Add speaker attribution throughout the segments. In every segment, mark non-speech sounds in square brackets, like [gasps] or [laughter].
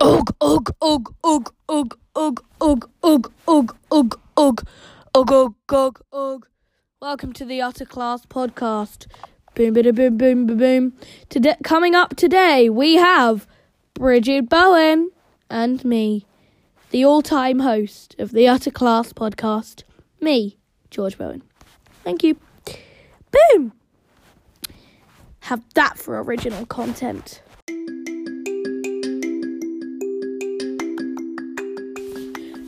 Speaker 1: Ugh, ugh, ugh, ugh, ugh, ugh, ugh, ugh, ugh, ugh, ugh, ugh, ugh, ugh, ugh. Welcome to the Otter Class podcast. Boom, bada, boom, boom, boom, boom. Today, coming up today, we have Bridget Bowen and me, the all-time host of the Utter Class podcast. Me, George Bowen. Thank you. Boom. Have that for original content.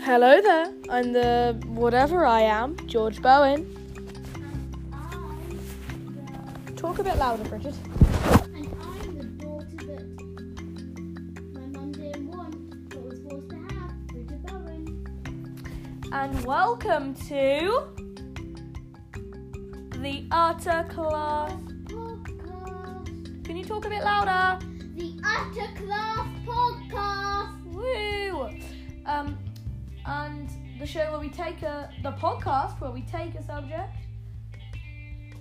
Speaker 1: Hello there. I'm the whatever I am, George Bowen. Talk a bit louder, Bridget.
Speaker 2: And I'm the daughter that my mum didn't want, but was forced to have, Bridget Bowen.
Speaker 1: And welcome to the Utter Class.
Speaker 2: Podcast.
Speaker 1: Can you talk a bit louder?
Speaker 2: The Utter Class Podcast.
Speaker 1: Woo! Um, and the show where we take a the podcast where we take a subject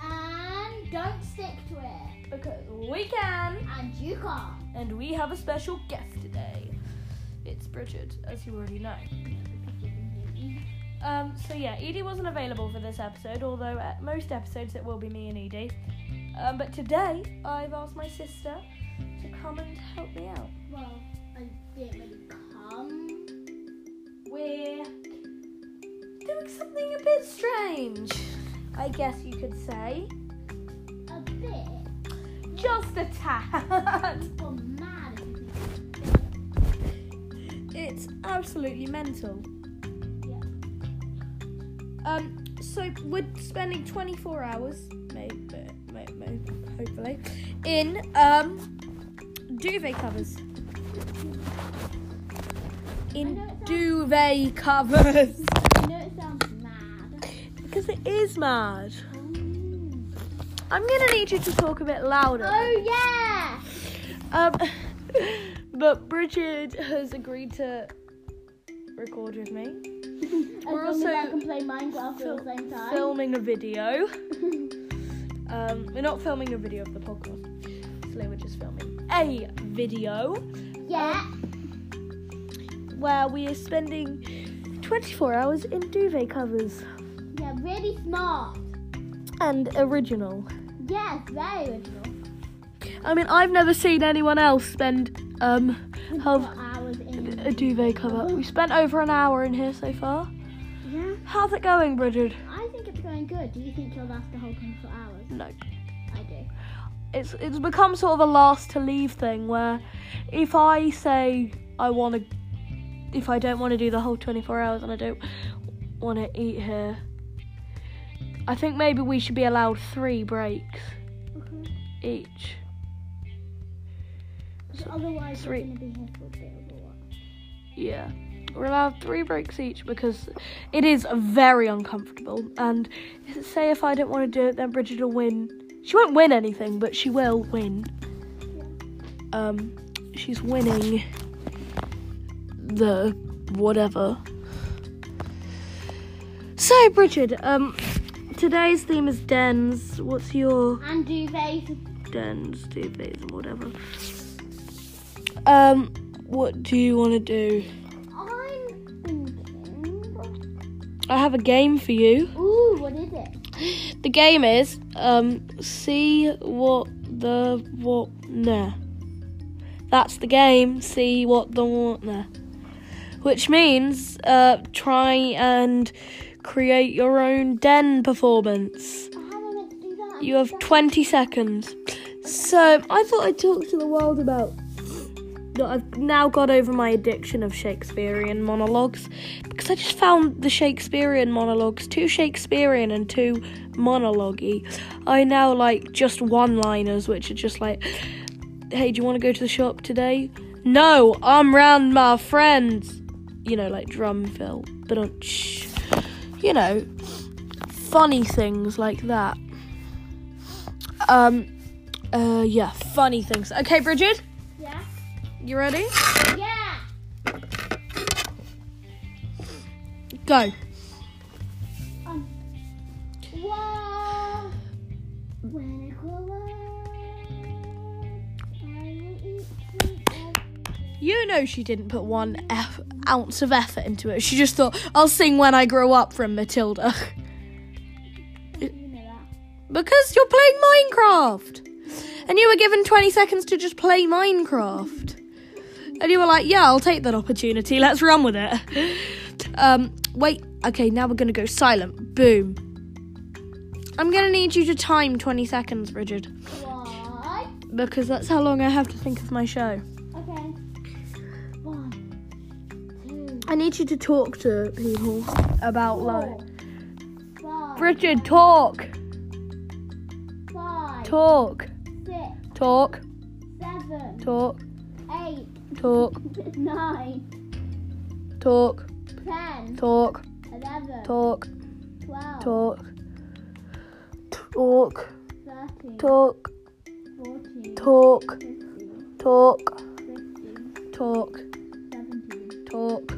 Speaker 2: And don't stick to it.
Speaker 1: because we can,
Speaker 2: And you can't.
Speaker 1: and we have a special guest today. It's Bridget, as you already know. Um, so yeah, Edie wasn't available for this episode, although at most episodes it will be me and Edie. Um, but today I've asked my sister to come and help me out.
Speaker 2: Well, I didn't really come.
Speaker 1: We're doing something a bit strange, I guess you could say.
Speaker 2: A bit.
Speaker 1: Just a tad. [laughs]
Speaker 2: Or mad if you think it's big.
Speaker 1: It's absolutely mental.
Speaker 2: Yeah.
Speaker 1: Um, so we're spending 24 hours, maybe, maybe, hopefully, in um duvet covers. In duvet covers.
Speaker 2: I know it sounds mad.
Speaker 1: Because it is mad. Mm.
Speaker 2: Ooh.
Speaker 1: I'm gonna need you to talk a bit louder.
Speaker 2: Oh, yeah.
Speaker 1: Um, [laughs] but Bridget has agreed to record with me,
Speaker 2: As
Speaker 1: We're
Speaker 2: long as I
Speaker 1: also
Speaker 2: can play Minecraft at the same time.
Speaker 1: filming a video. Um, we're not filming a video of the podcast. Today we're just filming a video
Speaker 2: yeah.
Speaker 1: where we are spending 24 hours in duvet covers
Speaker 2: Yeah, really smart.
Speaker 1: and original.
Speaker 2: Yes, very original.
Speaker 1: I mean, I've never seen anyone else spend um
Speaker 2: Four
Speaker 1: have
Speaker 2: hours in.
Speaker 1: a duvet cover. We spent over an hour in here so far.
Speaker 2: Yeah.
Speaker 1: How's it going, Bridget?
Speaker 2: I think it's going good. Do you think you'll last the whole 24 hours?
Speaker 1: No.
Speaker 2: I do.
Speaker 1: It's it's become sort of a last to leave thing where if I say I want to if I don't want to do the whole 24 hours and I don't want to eat here, I think maybe we should be allowed three breaks each.
Speaker 2: But otherwise,
Speaker 1: Three.
Speaker 2: we're going to be here for a bit of a while.
Speaker 1: Yeah. We're allowed three breaks each because it is very uncomfortable. And say if I don't want to do it, then Bridget will win. She won't win anything, but she will win. Um, she's winning the whatever. So, Bridget, um, today's theme is dens. What's your
Speaker 2: And duvets.
Speaker 1: dens, duvets, and whatever? Um, what do you want to do?
Speaker 2: I'm thinking.
Speaker 1: I have a game for you.
Speaker 2: Ooh, what is it?
Speaker 1: The game is um see what the what nah. That's the game. See what the what nah. Which means uh try and create your own den performance.
Speaker 2: How am I meant to do that?
Speaker 1: You have 20 seconds. So I thought I'd talk to the world about that I've now got over my addiction of Shakespearean monologues because I just found the Shakespearean monologues too Shakespearean and too monologue I now like just one liners, which are just like, hey, do you want to go to the shop today? No, I'm round my friends. You know, like drum fill, but on, you know, funny things like that. Um, uh, yeah, funny things. Okay, Bridget,
Speaker 2: Yeah.
Speaker 1: you ready?
Speaker 2: Yeah.
Speaker 1: Go.
Speaker 2: Um. Whoa. When I grow up, I will eat sweet everything.
Speaker 1: You know she didn't put one eff- ounce of effort into it. She just thought, I'll sing When I Grow Up from Matilda. [laughs]
Speaker 2: You know that.
Speaker 1: because you're playing Minecraft. And you were given 20 seconds to just play Minecraft. And you were like, yeah, I'll take that opportunity. Let's run with it. [laughs] Um, wait. Okay, now we're going to go silent. Boom. I'm going to need you to time 20 seconds, Bridget.
Speaker 2: What?
Speaker 1: Because that's how long I have to think of my show.
Speaker 2: Okay. One, two,
Speaker 1: I need you to talk to people about life.
Speaker 2: four, five,
Speaker 1: Bridget, Oh. talk.
Speaker 2: five,
Speaker 1: Talk.
Speaker 2: six,
Speaker 1: Talk.
Speaker 2: seven,
Speaker 1: Talk.
Speaker 2: eight, [laughs]
Speaker 1: Talk.
Speaker 2: nine,
Speaker 1: Talk.
Speaker 2: ten,
Speaker 1: Talk.
Speaker 2: eleven,
Speaker 1: Talk.
Speaker 2: twelve,
Speaker 1: Talk. Talk.
Speaker 2: thirteen,
Speaker 1: Talk.
Speaker 2: fourteen,
Speaker 1: Talk.
Speaker 2: fifteen,
Speaker 1: Talk.
Speaker 2: sixteen,
Speaker 1: Talk.
Speaker 2: seventeen,
Speaker 1: Talk.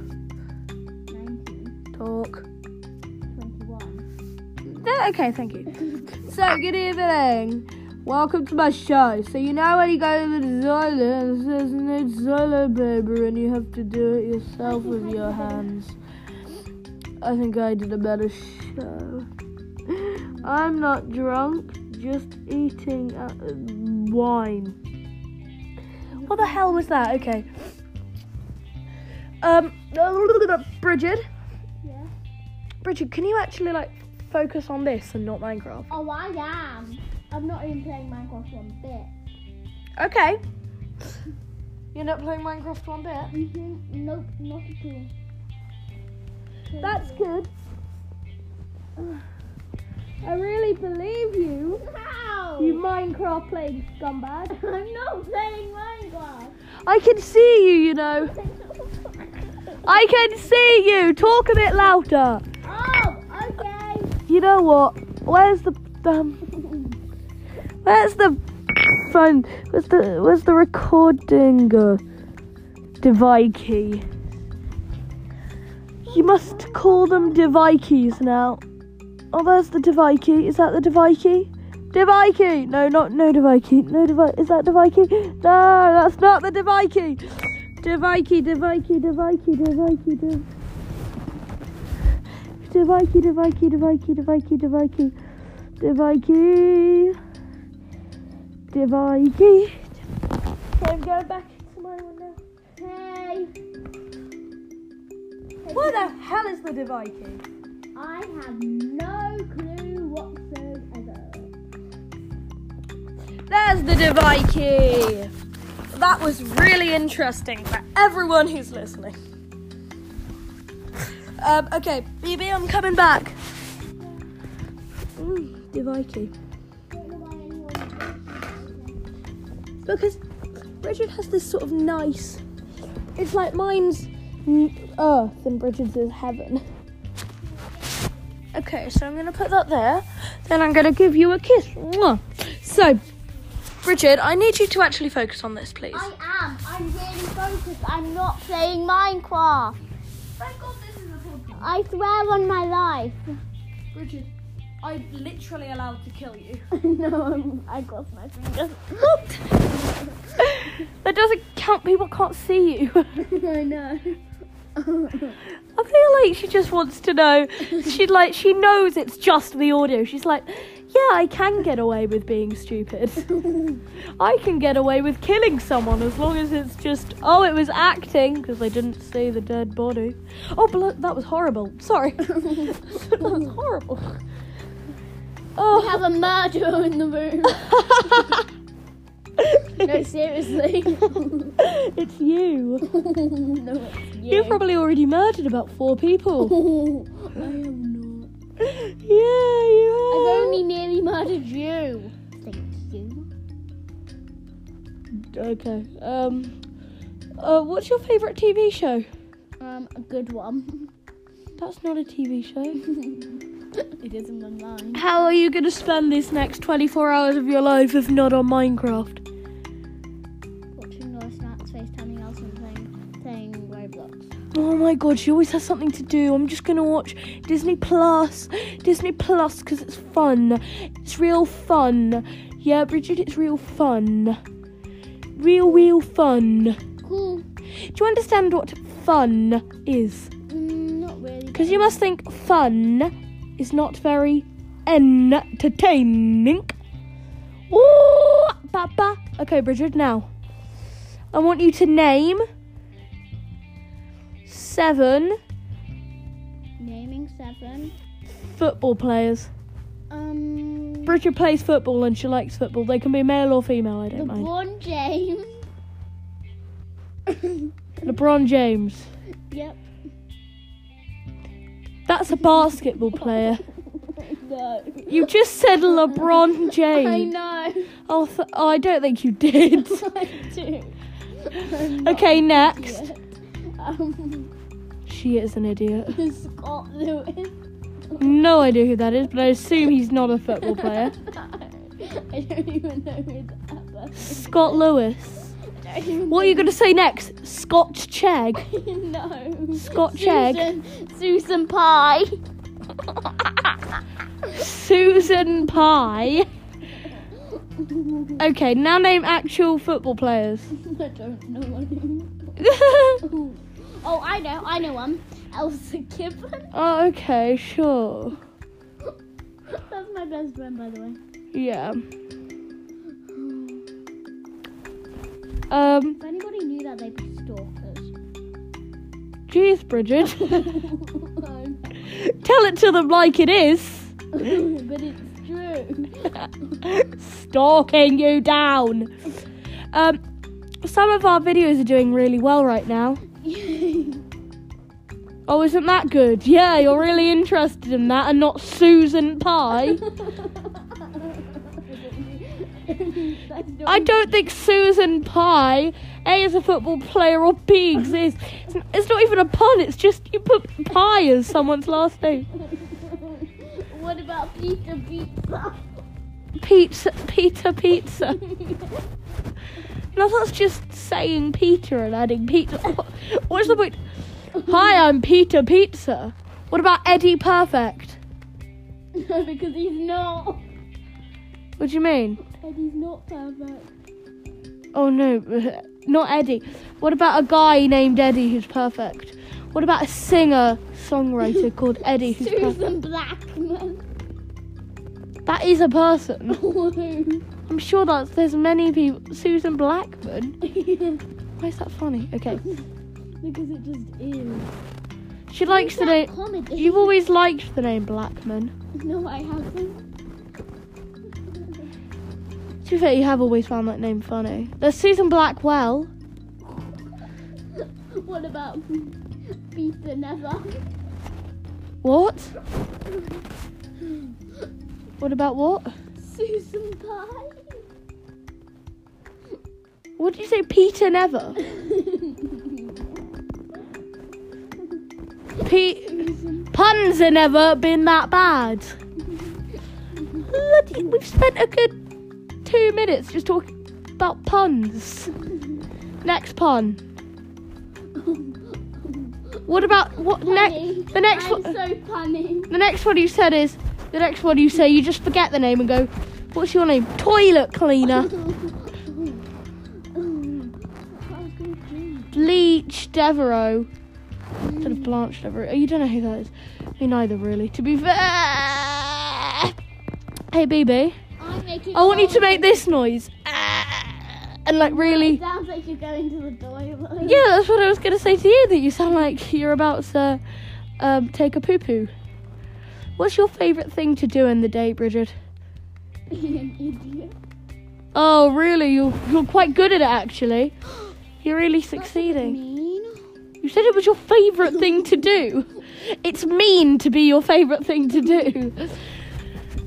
Speaker 2: nineteen,
Speaker 1: Talk.
Speaker 2: twenty-one.
Speaker 1: Th- Okay, thank you. So, good evening. Welcome to my show. So, you know when you go to the toilet, there's no toilet paper and you have to do it yourself with your hands. I think I did a better show. I'm not drunk, just eating uh, wine. What the hell was that? Okay. Um, Bridget,
Speaker 2: Yeah.
Speaker 1: Bridget, can you actually like focus on this and not Minecraft?
Speaker 2: Oh, I am. I'm not even playing Minecraft one bit.
Speaker 1: Okay. You end up playing Minecraft one bit.
Speaker 2: Mm-hmm. Nope, not at all.
Speaker 1: That's good. I really believe you.
Speaker 2: How?
Speaker 1: You Minecraft playing scumbag.
Speaker 2: I'm not playing Minecraft.
Speaker 1: I can see you, you know. I can see you. Talk a bit louder.
Speaker 2: oh, okay.
Speaker 1: You know what? Where's the um? Where's the phone? Where's the where's the recording uh, device key? You must call them device keys now. Oh, there's the device key. Is that the device key? Device key. No, not no device key. No device. Is that device key? No, that's not the device key. Device key. Device key. Device key. Device key. Device. Devaki, Devaki, Devaki, Devaki, Devaki, Devaki, Devaki. Okay, I'm going back into my one now.
Speaker 2: Hey,
Speaker 1: What the hell is the Devaki?
Speaker 2: I have no clue whatsoever.
Speaker 1: There's the Devaki. That was really interesting for everyone who's listening. Um, okay, BB, I'm coming back. Mm, Devaki.
Speaker 2: Don't know why anyone
Speaker 1: because Bridget has this sort of nice. It's like mine's n- Earth and Bridget's is heaven. Okay, so I'm gonna put that there. Then I'm gonna give you a kiss. Mwah. So, Bridget, I need you to actually focus on this, please.
Speaker 2: I am. I'm really focused. I'm not playing Minecraft.
Speaker 1: Thank God this is a podcast.
Speaker 2: I swear on my life.
Speaker 1: Bridget, I'm literally allowed to kill you.
Speaker 2: no, I'm, I crossed my fingers.
Speaker 1: What? [laughs] that doesn't count. People can't see you. [laughs]
Speaker 2: I know.
Speaker 1: I feel like she just wants to know. She like she knows it's just the audio. She's like, yeah, I can get away with being stupid. I can get away with killing someone as long as it's just oh, it was acting because they didn't see the dead body. Oh, blood, that was horrible. Sorry, [laughs] that was horrible.
Speaker 2: we
Speaker 1: Oh,
Speaker 2: have a murderer in the room. [laughs] no, seriously.
Speaker 1: [laughs] it's you.
Speaker 2: no, it's
Speaker 1: You probably already murdered about four people.
Speaker 2: I am not.
Speaker 1: [laughs] yeah, you
Speaker 2: I've
Speaker 1: have.
Speaker 2: only nearly murdered you. Thank you.
Speaker 1: Okay. Um. Uh, what's your favourite TV show?
Speaker 2: Um, a good one. [laughs]
Speaker 1: That's not a TV show.
Speaker 2: it isn't on mine.
Speaker 1: [laughs] How are you going to spend these next 24 hours of your life if not on Minecraft?
Speaker 2: Watching Laura Snacks FaceTiming us and playing, playing Roblox.
Speaker 1: Oh my god, she always has something to do. I'm just going to watch Disney Plus. Disney Plus because it's fun. It's real fun. Yeah, Bridget, it's real fun. Real, real fun.
Speaker 2: Cool.
Speaker 1: Do you understand what fun is?
Speaker 2: Mm, not really.
Speaker 1: Because you must think fun is not very entertaining. Ooh, papa. Okay, Bridget, now. I want you to name seven
Speaker 2: Naming seven.
Speaker 1: football players.
Speaker 2: Um.
Speaker 1: Bridget plays football and she likes football. They can be male or female, I don't mind.
Speaker 2: LeBron James. [laughs]
Speaker 1: LeBron James.
Speaker 2: yep.
Speaker 1: That's a basketball
Speaker 2: [laughs]
Speaker 1: player.
Speaker 2: No.
Speaker 1: You just said LeBron
Speaker 2: I
Speaker 1: James.
Speaker 2: know. [laughs]
Speaker 1: Oh, th- oh, I don't think you did.
Speaker 2: I do. I'm not
Speaker 1: Okay, next.
Speaker 2: yet. [laughs] Um,
Speaker 1: She is an idiot.
Speaker 2: Scott Lewis.
Speaker 1: No idea who that is, but I assume he's not a football
Speaker 2: [laughs]
Speaker 1: player.
Speaker 2: I don't even know who that was.
Speaker 1: Scott Lewis.
Speaker 2: I don't even
Speaker 1: What are you going to say next? Scotch Chegg.
Speaker 2: [laughs] know. no.
Speaker 1: Scotch egg.
Speaker 2: Susan, Susan Pie. [laughs]
Speaker 1: Susan Pie. Okay, now name actual football players. [laughs]
Speaker 2: I don't know one. Oh, I know. I know one. Elsa Gibbon.
Speaker 1: oh, okay, sure.
Speaker 2: That's my best friend, by the way.
Speaker 1: Yeah. Um,
Speaker 2: If anybody knew that, they'd be stalkers. [laughs]
Speaker 1: jeez, Bridget. [laughs]
Speaker 2: I know. [laughs]
Speaker 1: Tell it to them like it is.
Speaker 2: but it's true. [laughs]
Speaker 1: stalking you down. Um, some of our videos are doing really well right now. Oh, isn't that good? Yeah, you're really interested in that and not Susan Pie. I don't think Susan Pie, A, is a football player, or B, exists. It's n- It's not even a pun, it's just you put pie as someone's last name.
Speaker 2: What about pizza pizza?
Speaker 1: Pizza, Peter, pizza. No, that's just saying Peter [laughs] and adding pizza. What- What's the point? Hi, I'm Peter Pizza. What about Eddie Perfect?
Speaker 2: [laughs] no, because he's not.
Speaker 1: What do you mean?
Speaker 2: And he's not perfect.
Speaker 1: Oh no, [laughs] not Eddie. What about a guy named Eddie who's perfect? What about a singer songwriter called Eddie who's perfect?
Speaker 2: Susan Blackman.
Speaker 1: That is a
Speaker 2: [laughs]
Speaker 1: person.
Speaker 2: Who?
Speaker 1: I'm sure that's there's many people. Susan Blackman. Why is that funny? Okay,
Speaker 2: because it just is.
Speaker 1: she likes the
Speaker 2: That
Speaker 1: name.
Speaker 2: comedy.
Speaker 1: You've always liked the name Blackman.
Speaker 2: [laughs] No, I haven't. [laughs]
Speaker 1: To be fair, you have always found that name funny. There's Susan Blackwell.
Speaker 2: What about pizza never?
Speaker 1: What? What about what?
Speaker 2: Susan Pie. [laughs]
Speaker 1: What did you say, Peter Never? Pete, puns have never been that bad. Bloody, we've spent a good two minutes just talking about puns. Next pun. What about what
Speaker 2: Punny.
Speaker 1: next? The next
Speaker 2: I'm
Speaker 1: one.
Speaker 2: so punny.
Speaker 1: The next one you said is the next one you say you just forget the name and go, what's your name? Toilet
Speaker 2: [laughs]
Speaker 1: cleaner,
Speaker 2: Oh,
Speaker 1: Bleach Devereaux. Instead of Blanche Devereaux. Oh, you don't know who that is. Me neither, really. To be fair. Hey, BB.
Speaker 2: I make it
Speaker 1: I want you to
Speaker 2: sound-
Speaker 1: make this noise. And like
Speaker 2: It
Speaker 1: really.
Speaker 2: sounds like you're going to the toilet. [laughs]
Speaker 1: Yeah, that's what I was gonna say to you. That you sound like you're about to um, take a poo poo. What's your favourite thing to do in the day, Bridget?
Speaker 2: Being an idiot.
Speaker 1: Oh, really? You're, you're quite good at it, actually. [gasps] You're really succeeding.
Speaker 2: Mean.
Speaker 1: You said it was your favourite thing to do. It's mean to be your favourite thing to do.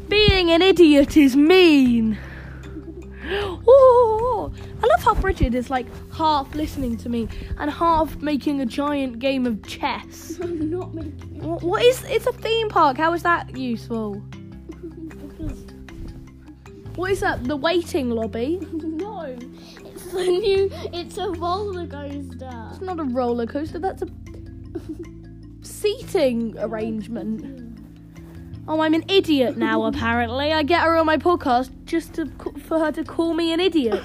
Speaker 1: Being an idiot is mean. [gasps] Oh, I love how Bridget is like half listening to me and half making a giant game of chess.
Speaker 2: I'm [laughs] not making
Speaker 1: Wh- What is? It's a theme park. How is that useful?
Speaker 2: it because
Speaker 1: What is that? The waiting lobby?
Speaker 2: no. It's a new it's a roller coaster.
Speaker 1: [laughs] It's not a roller coaster, that's a seating arrangement. Oh, I'm an idiot now, apparently. I get her on my podcast just to, c-
Speaker 2: [laughs]
Speaker 1: for her to call me an idiot.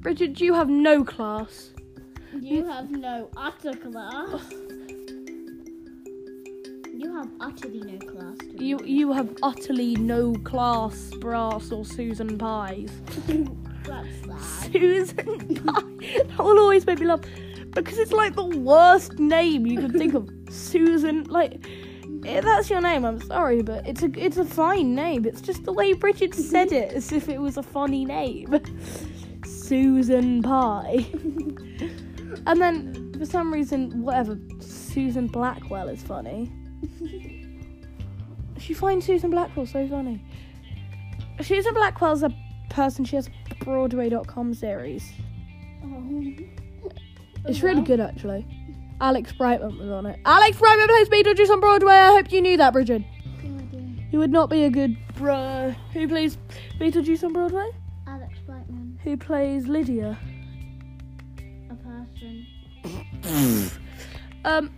Speaker 1: Bridget, you have no class.
Speaker 2: You have no utter class. You have utterly no class. To
Speaker 1: You you have utterly no class, brass or Susan Pies. [laughs]
Speaker 2: That's sad.
Speaker 1: Susan Pie. That will always make me laugh because it's like the worst name you could think of. Susan, like if that's your name. I'm sorry, but it's a it's a fine name. It's just the way Bridget said it, as if it was a funny name. [laughs] Susan Pie. and then for some reason, whatever Susan Blackwell is funny. She finds Susan Blackwell so funny. Susan Blackwell's a person. She has a Broadway.com series.
Speaker 2: Oh.
Speaker 1: It's really good, actually. Alex Brightman was on it. Alex Brightman plays Beetlejuice on Broadway. I hope you knew that, Bridget.
Speaker 2: good.
Speaker 1: Who would not be a good bruh? Who plays Beetlejuice on Broadway?
Speaker 2: Alex Brightman,
Speaker 1: Who plays Lydia?
Speaker 2: a person.
Speaker 1: Um,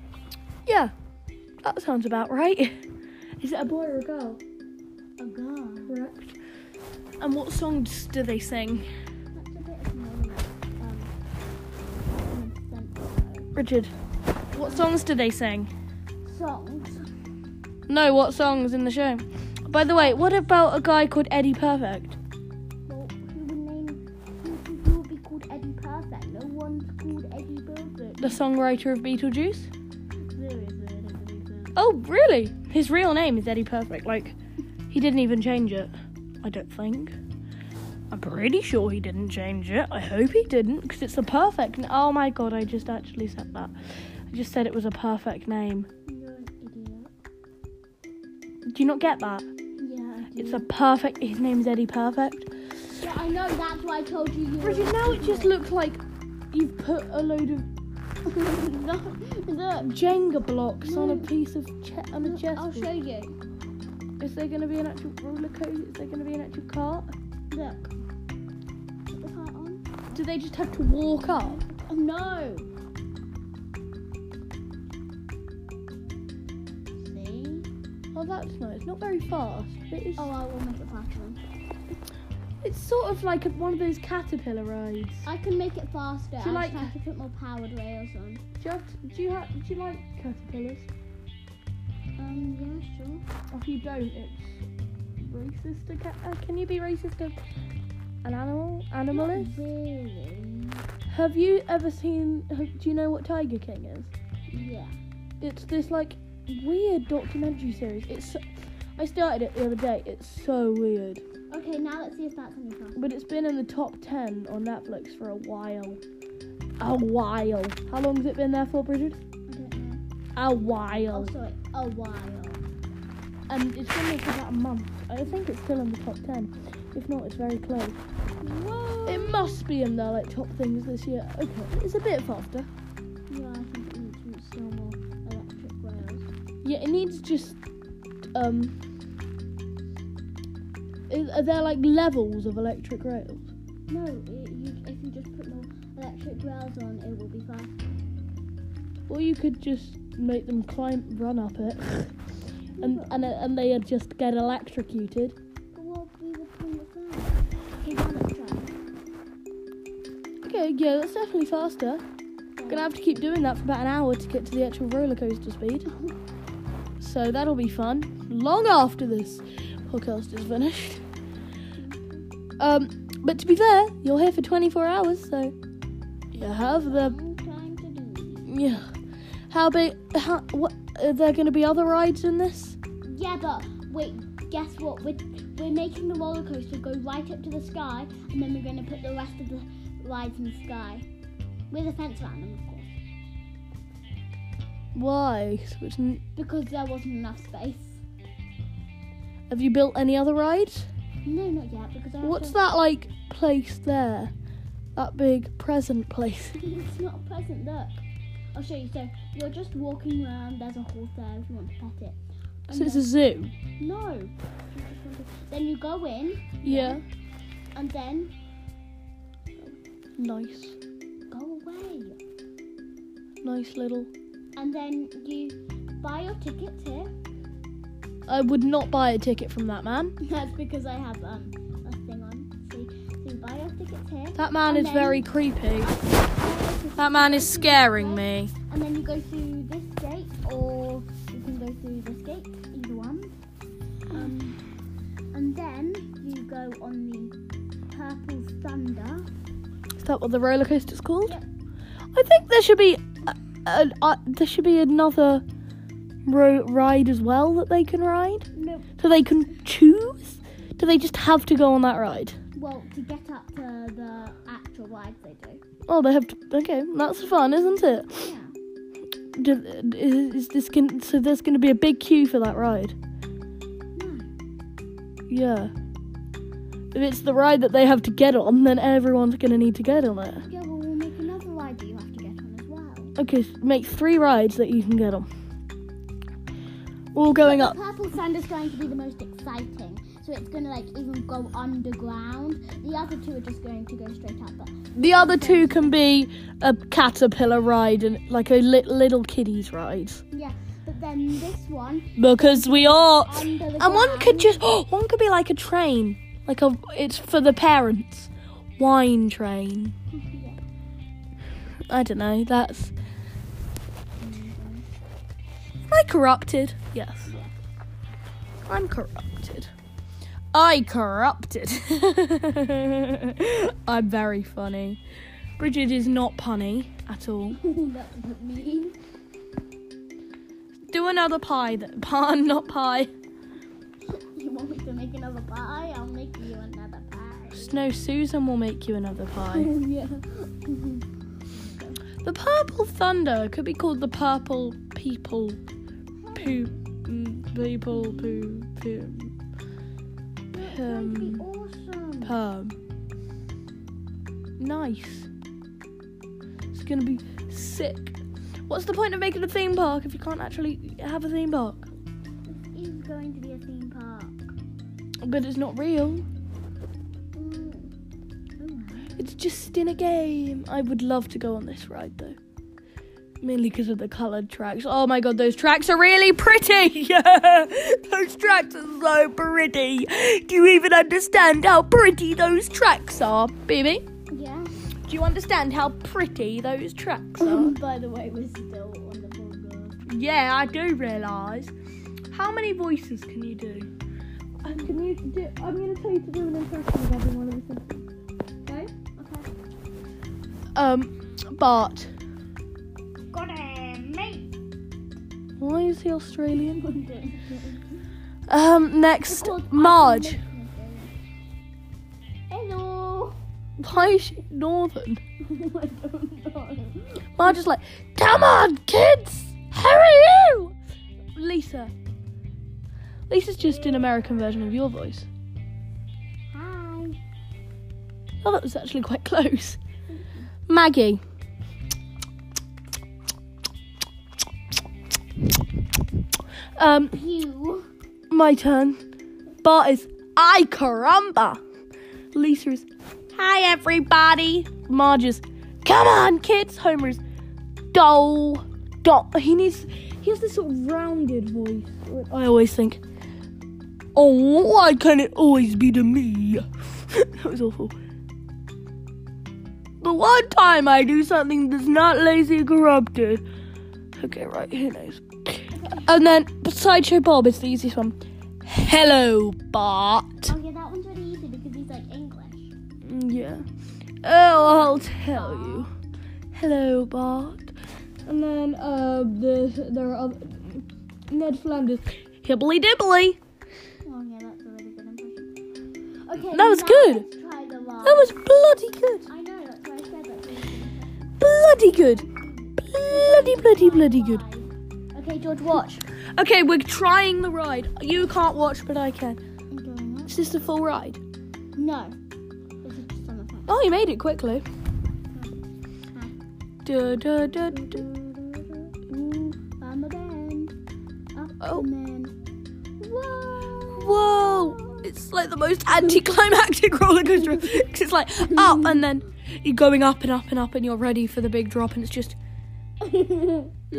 Speaker 1: yeah, that sounds about right. [laughs] Is it a boy or a girl?
Speaker 2: A girl.
Speaker 1: Correct. And what songs do they sing?
Speaker 2: That's a bit of no, um, consent, though.
Speaker 1: Bridget, what songs do they sing?
Speaker 2: Songs.
Speaker 1: No, what songs in the show? By the way, what about a guy called Eddie Perfect?
Speaker 2: Well, who would name? Who who would be called Eddie Perfect? No one's called Eddie Perfect.
Speaker 1: The songwriter of Beetlejuice?
Speaker 2: There is no Eddie Perfect.
Speaker 1: Oh, really? His real name is Eddie Perfect. Like, he didn't even change it. I don't think. I'm pretty sure he didn't change it. I hope he didn't, because it's a perfect. n- Oh my god, I just actually said that. I just said it was a perfect name.
Speaker 2: You're an idiot.
Speaker 1: Do you not get that?
Speaker 2: Yeah, I do.
Speaker 1: It's a perfect. His name's Eddie Perfect.
Speaker 2: Yeah, I know. That's why I told you. you were
Speaker 1: Bridget,
Speaker 2: an
Speaker 1: now it just
Speaker 2: idiot.
Speaker 1: looks like you've put a load of
Speaker 2: [laughs] look. look.
Speaker 1: Jenga blocks on a piece of che- on a
Speaker 2: Look, I'll show
Speaker 1: chessboard.
Speaker 2: you.
Speaker 1: Is there going to be an actual roller coaster? Is there going to be an actual cart?
Speaker 2: Look. Put the cart on.
Speaker 1: Do they just have to walk up?
Speaker 2: Oh, no. See?
Speaker 1: Oh, that's nice. Not very fast. It is.
Speaker 2: Oh, I will make it faster.
Speaker 1: It's sort of like a, one of those caterpillar rides.
Speaker 2: I can make it faster.
Speaker 1: Do you
Speaker 2: I
Speaker 1: like-
Speaker 2: just have to put more powered rails on.
Speaker 1: Do you, have to- do you ha- do you like caterpillars?
Speaker 2: Um, yeah, sure.
Speaker 1: If you don't, it's racist. To ca- uh, can you be racist to an animal? Animalist?
Speaker 2: Not really.
Speaker 1: Have you ever seen? Have, do you know what Tiger King is?
Speaker 2: Yeah.
Speaker 1: It's this like weird documentary series. It's. So, I started it the other day. It's so weird,
Speaker 2: Okay, now let's see if that's any faster.
Speaker 1: but it's been in the top ten on Netflix for a while. A while. How long's it been there for, Bridget?
Speaker 2: I don't know.
Speaker 1: A while.
Speaker 2: Oh, sorry. A while.
Speaker 1: And it's been there for about a month. I think it's still in the top 10. If not, it's very close.
Speaker 2: Whoa.
Speaker 1: It must be in the like top things this year. Okay, it's a bit faster.
Speaker 2: Yeah, I think it needs to install more electric rails.
Speaker 1: Yeah, it needs just um. Is, are there like levels of electric rails?
Speaker 2: No, it, you, if you just put more electric rails on, it will be fine.
Speaker 1: Or you could just make them climb, run up it, [laughs] and and and they just get electrocuted.
Speaker 2: But what would be the point of that? Okay, now let's try.
Speaker 1: Okay, yeah, that's definitely faster. Gonna
Speaker 2: [laughs]
Speaker 1: have to keep doing that for about an hour to get to the actual roller coaster speed. So that'll be fun. Long after this podcast is finished. Um, but to be fair, you're here for 24 hours, so you have the
Speaker 2: I'm trying to do.
Speaker 1: yeah. How big? How what? Are there going to be other rides in this?
Speaker 2: Yeah, but wait. Guess what? We're we're making the roller coaster go right up to the sky, and then we're going to put the rest of the rides in the sky with a fence around them, of course,
Speaker 1: Why? So it's n-
Speaker 2: because there wasn't enough space.
Speaker 1: Have you built any other rides?
Speaker 2: No, not yet, because I. have
Speaker 1: What's
Speaker 2: to-
Speaker 1: that like place there? That big present place.
Speaker 2: it's not a present. Look, I'll show you. So you're just walking around. There's a horse there if you want to pet it. And
Speaker 1: So it's
Speaker 2: then-
Speaker 1: a zoo.
Speaker 2: No. Then you go in,
Speaker 1: Yeah.
Speaker 2: and then
Speaker 1: Nice,
Speaker 2: go away.
Speaker 1: nice little.
Speaker 2: And then you buy your tickets here.
Speaker 1: I would not buy a ticket from that man.
Speaker 2: That's because I have um a thing on. See, so you buy your tickets it's here.
Speaker 1: That man
Speaker 2: And
Speaker 1: is
Speaker 2: then-
Speaker 1: very creepy.
Speaker 2: Oh, this
Speaker 1: That man is scaring me.
Speaker 2: And then you go through this gate, or you can go through this gate, either one. Um, and then you go on the purple thunder.
Speaker 1: Is that what the roller coaster's called?
Speaker 2: Yep.
Speaker 1: I think there should be a, a, a, there should be another ro- ride as well that they can ride.
Speaker 2: No,
Speaker 1: So they can choose. Do they just have to go on that ride?
Speaker 2: well, to get up to the actual ride, they do.
Speaker 1: Oh, they have to. Okay, that's fun, isn't it?
Speaker 2: Yeah.
Speaker 1: Do, is, is this going so? There's going to be a big queue for that ride.
Speaker 2: No.
Speaker 1: Yeah. If it's the ride that they have to get on, then everyone's going to need to get on it.
Speaker 2: Yeah, well, we'll make another ride that you have to get on as well.
Speaker 1: Okay, s- make three rides that you can get on. All going
Speaker 2: The
Speaker 1: up.
Speaker 2: Purple Thunder's going to be the most exciting, so it's going to like even go underground. The other two are just going to go straight up. But
Speaker 1: The other two can be a caterpillar ride and like a li- little kiddies ride.
Speaker 2: yeah, but then this one
Speaker 1: Because we are.
Speaker 2: under the
Speaker 1: And one could
Speaker 2: ground.
Speaker 1: just. [gasps] one could be like a train. Like a. It's for the parents. Wine train.
Speaker 2: Yeah.
Speaker 1: I don't know. That's. Am I corrupted? Yes. I'm corrupted. I corrupted. [laughs] I'm very funny. Bridget is not punny at all.
Speaker 2: [laughs] That's what mean.
Speaker 1: Do another pie. That [laughs] pan, not pie.
Speaker 2: You want me to make another pie? I'll make you another pie. Oh,
Speaker 1: No, Susan will make you another
Speaker 2: [laughs]
Speaker 1: pie.
Speaker 2: yeah.
Speaker 1: the purple thunder could be called the purple people. Poo. mm, People poo. poo
Speaker 2: It's going to be
Speaker 1: Um,
Speaker 2: awesome.
Speaker 1: perm. Nice. It's gonna be sick. What's the point of making a theme park if you can't actually have a theme park?
Speaker 2: This is going to be a theme park.
Speaker 1: But it's not real.
Speaker 2: Mm.
Speaker 1: It's just in a game. I would love to go on this ride though. Mainly because of the coloured tracks. Oh my god, those tracks are really pretty! [laughs] Yeah! Those tracks are so pretty! Do you even understand how pretty those tracks are, baby?
Speaker 2: Yeah.
Speaker 1: Do you understand how pretty those tracks are?
Speaker 2: Um, by the way, we're still on the burger.
Speaker 1: Yeah, I do realise. How many voices can you do?
Speaker 2: Um, can you do? I'm gonna tell you to do an impression of every one of the things. Okay. Okay.
Speaker 1: Um, Bart.
Speaker 2: Got it, mate.
Speaker 1: Why is he Australian?
Speaker 2: It's
Speaker 1: Um, next,
Speaker 2: called
Speaker 1: Marge.
Speaker 2: Hello. [laughs]
Speaker 1: Why is she Northern?
Speaker 2: I don't know.
Speaker 1: Marge is like, come on, kids, how are you? Lisa. Lisa's just an American version of your voice.
Speaker 2: Hi.
Speaker 1: Oh, that was actually quite close. Maggie. Um,
Speaker 2: You.
Speaker 1: My turn. Bart is I caramba. Lisa is Hi everybody. Marge is Come on kids. Homer is Doll. Doll. He needs. He has this sort of rounded voice. I always think. Oh, why can it always be to me? [laughs] that was awful. The one time I do something that's not lazy and corrupted. Okay, right, who knows? And then Sideshow Bob is the easiest one. Hello, Bart.
Speaker 2: Oh yeah, that one's really easy because he's like English.
Speaker 1: Mm, Yeah. Oh, I'll tell you. Hello, Bart. And then uh, the, there are other, Ned Flanders. Hibbly dibbly.
Speaker 2: Oh yeah, that's a really good impression. Okay.
Speaker 1: That was
Speaker 2: now
Speaker 1: good.
Speaker 2: Let's try the last.
Speaker 1: That was bloody good.
Speaker 2: I know. That's why I said that's really good.
Speaker 1: Bloody good. Bloody, bloody, bloody good.
Speaker 2: Okay, George, watch.
Speaker 1: Okay, we're trying the ride. You can't watch, but I can. Is this the full ride?
Speaker 2: No. This is just some of them.
Speaker 1: Oh, you made it quickly. Da, da, da, da.
Speaker 2: Bam, bam. Up
Speaker 1: Oh.
Speaker 2: and [laughs] then. Whoa!
Speaker 1: Whoa! It's like the most anticlimactic [laughs] roller coaster because it's like up and then you're going up and up and up and you're ready for the big drop and it's just whoa. Oh.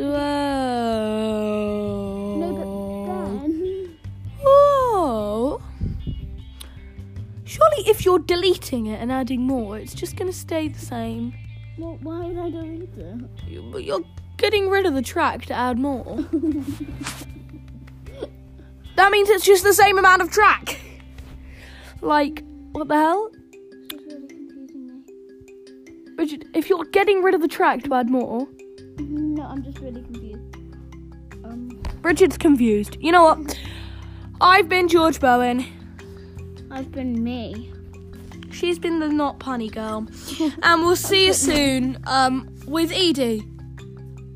Speaker 2: no, but then.
Speaker 1: Whoa! Surely Only if you're deleting it and adding more, it's just going to stay the same.
Speaker 2: Well, why would I delete it?
Speaker 1: You- But you're getting rid of the track to add more. that means it's just the same amount of track. Like, what the hell?
Speaker 2: It's really confusing me.
Speaker 1: Richard, if you're getting rid of the track to add more,
Speaker 2: No, I'm just really confused. Um,
Speaker 1: Richard's confused. You know what? I've been George Bowen.
Speaker 2: I've been me.
Speaker 1: She's been the not punny girl. and we'll see you soon um, with Edie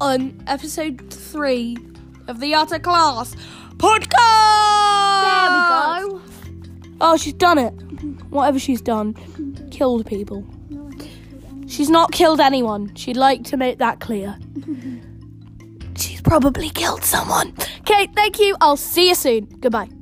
Speaker 1: on episode three of the Utter Class podcast.
Speaker 2: There we go.
Speaker 1: Oh, she's done it. Whatever she's done, killed people.
Speaker 2: No, I didn't do any-
Speaker 1: She's not killed anyone. She'd like to make that clear. She's probably killed someone. Okay, thank you. I'll see you soon. Goodbye.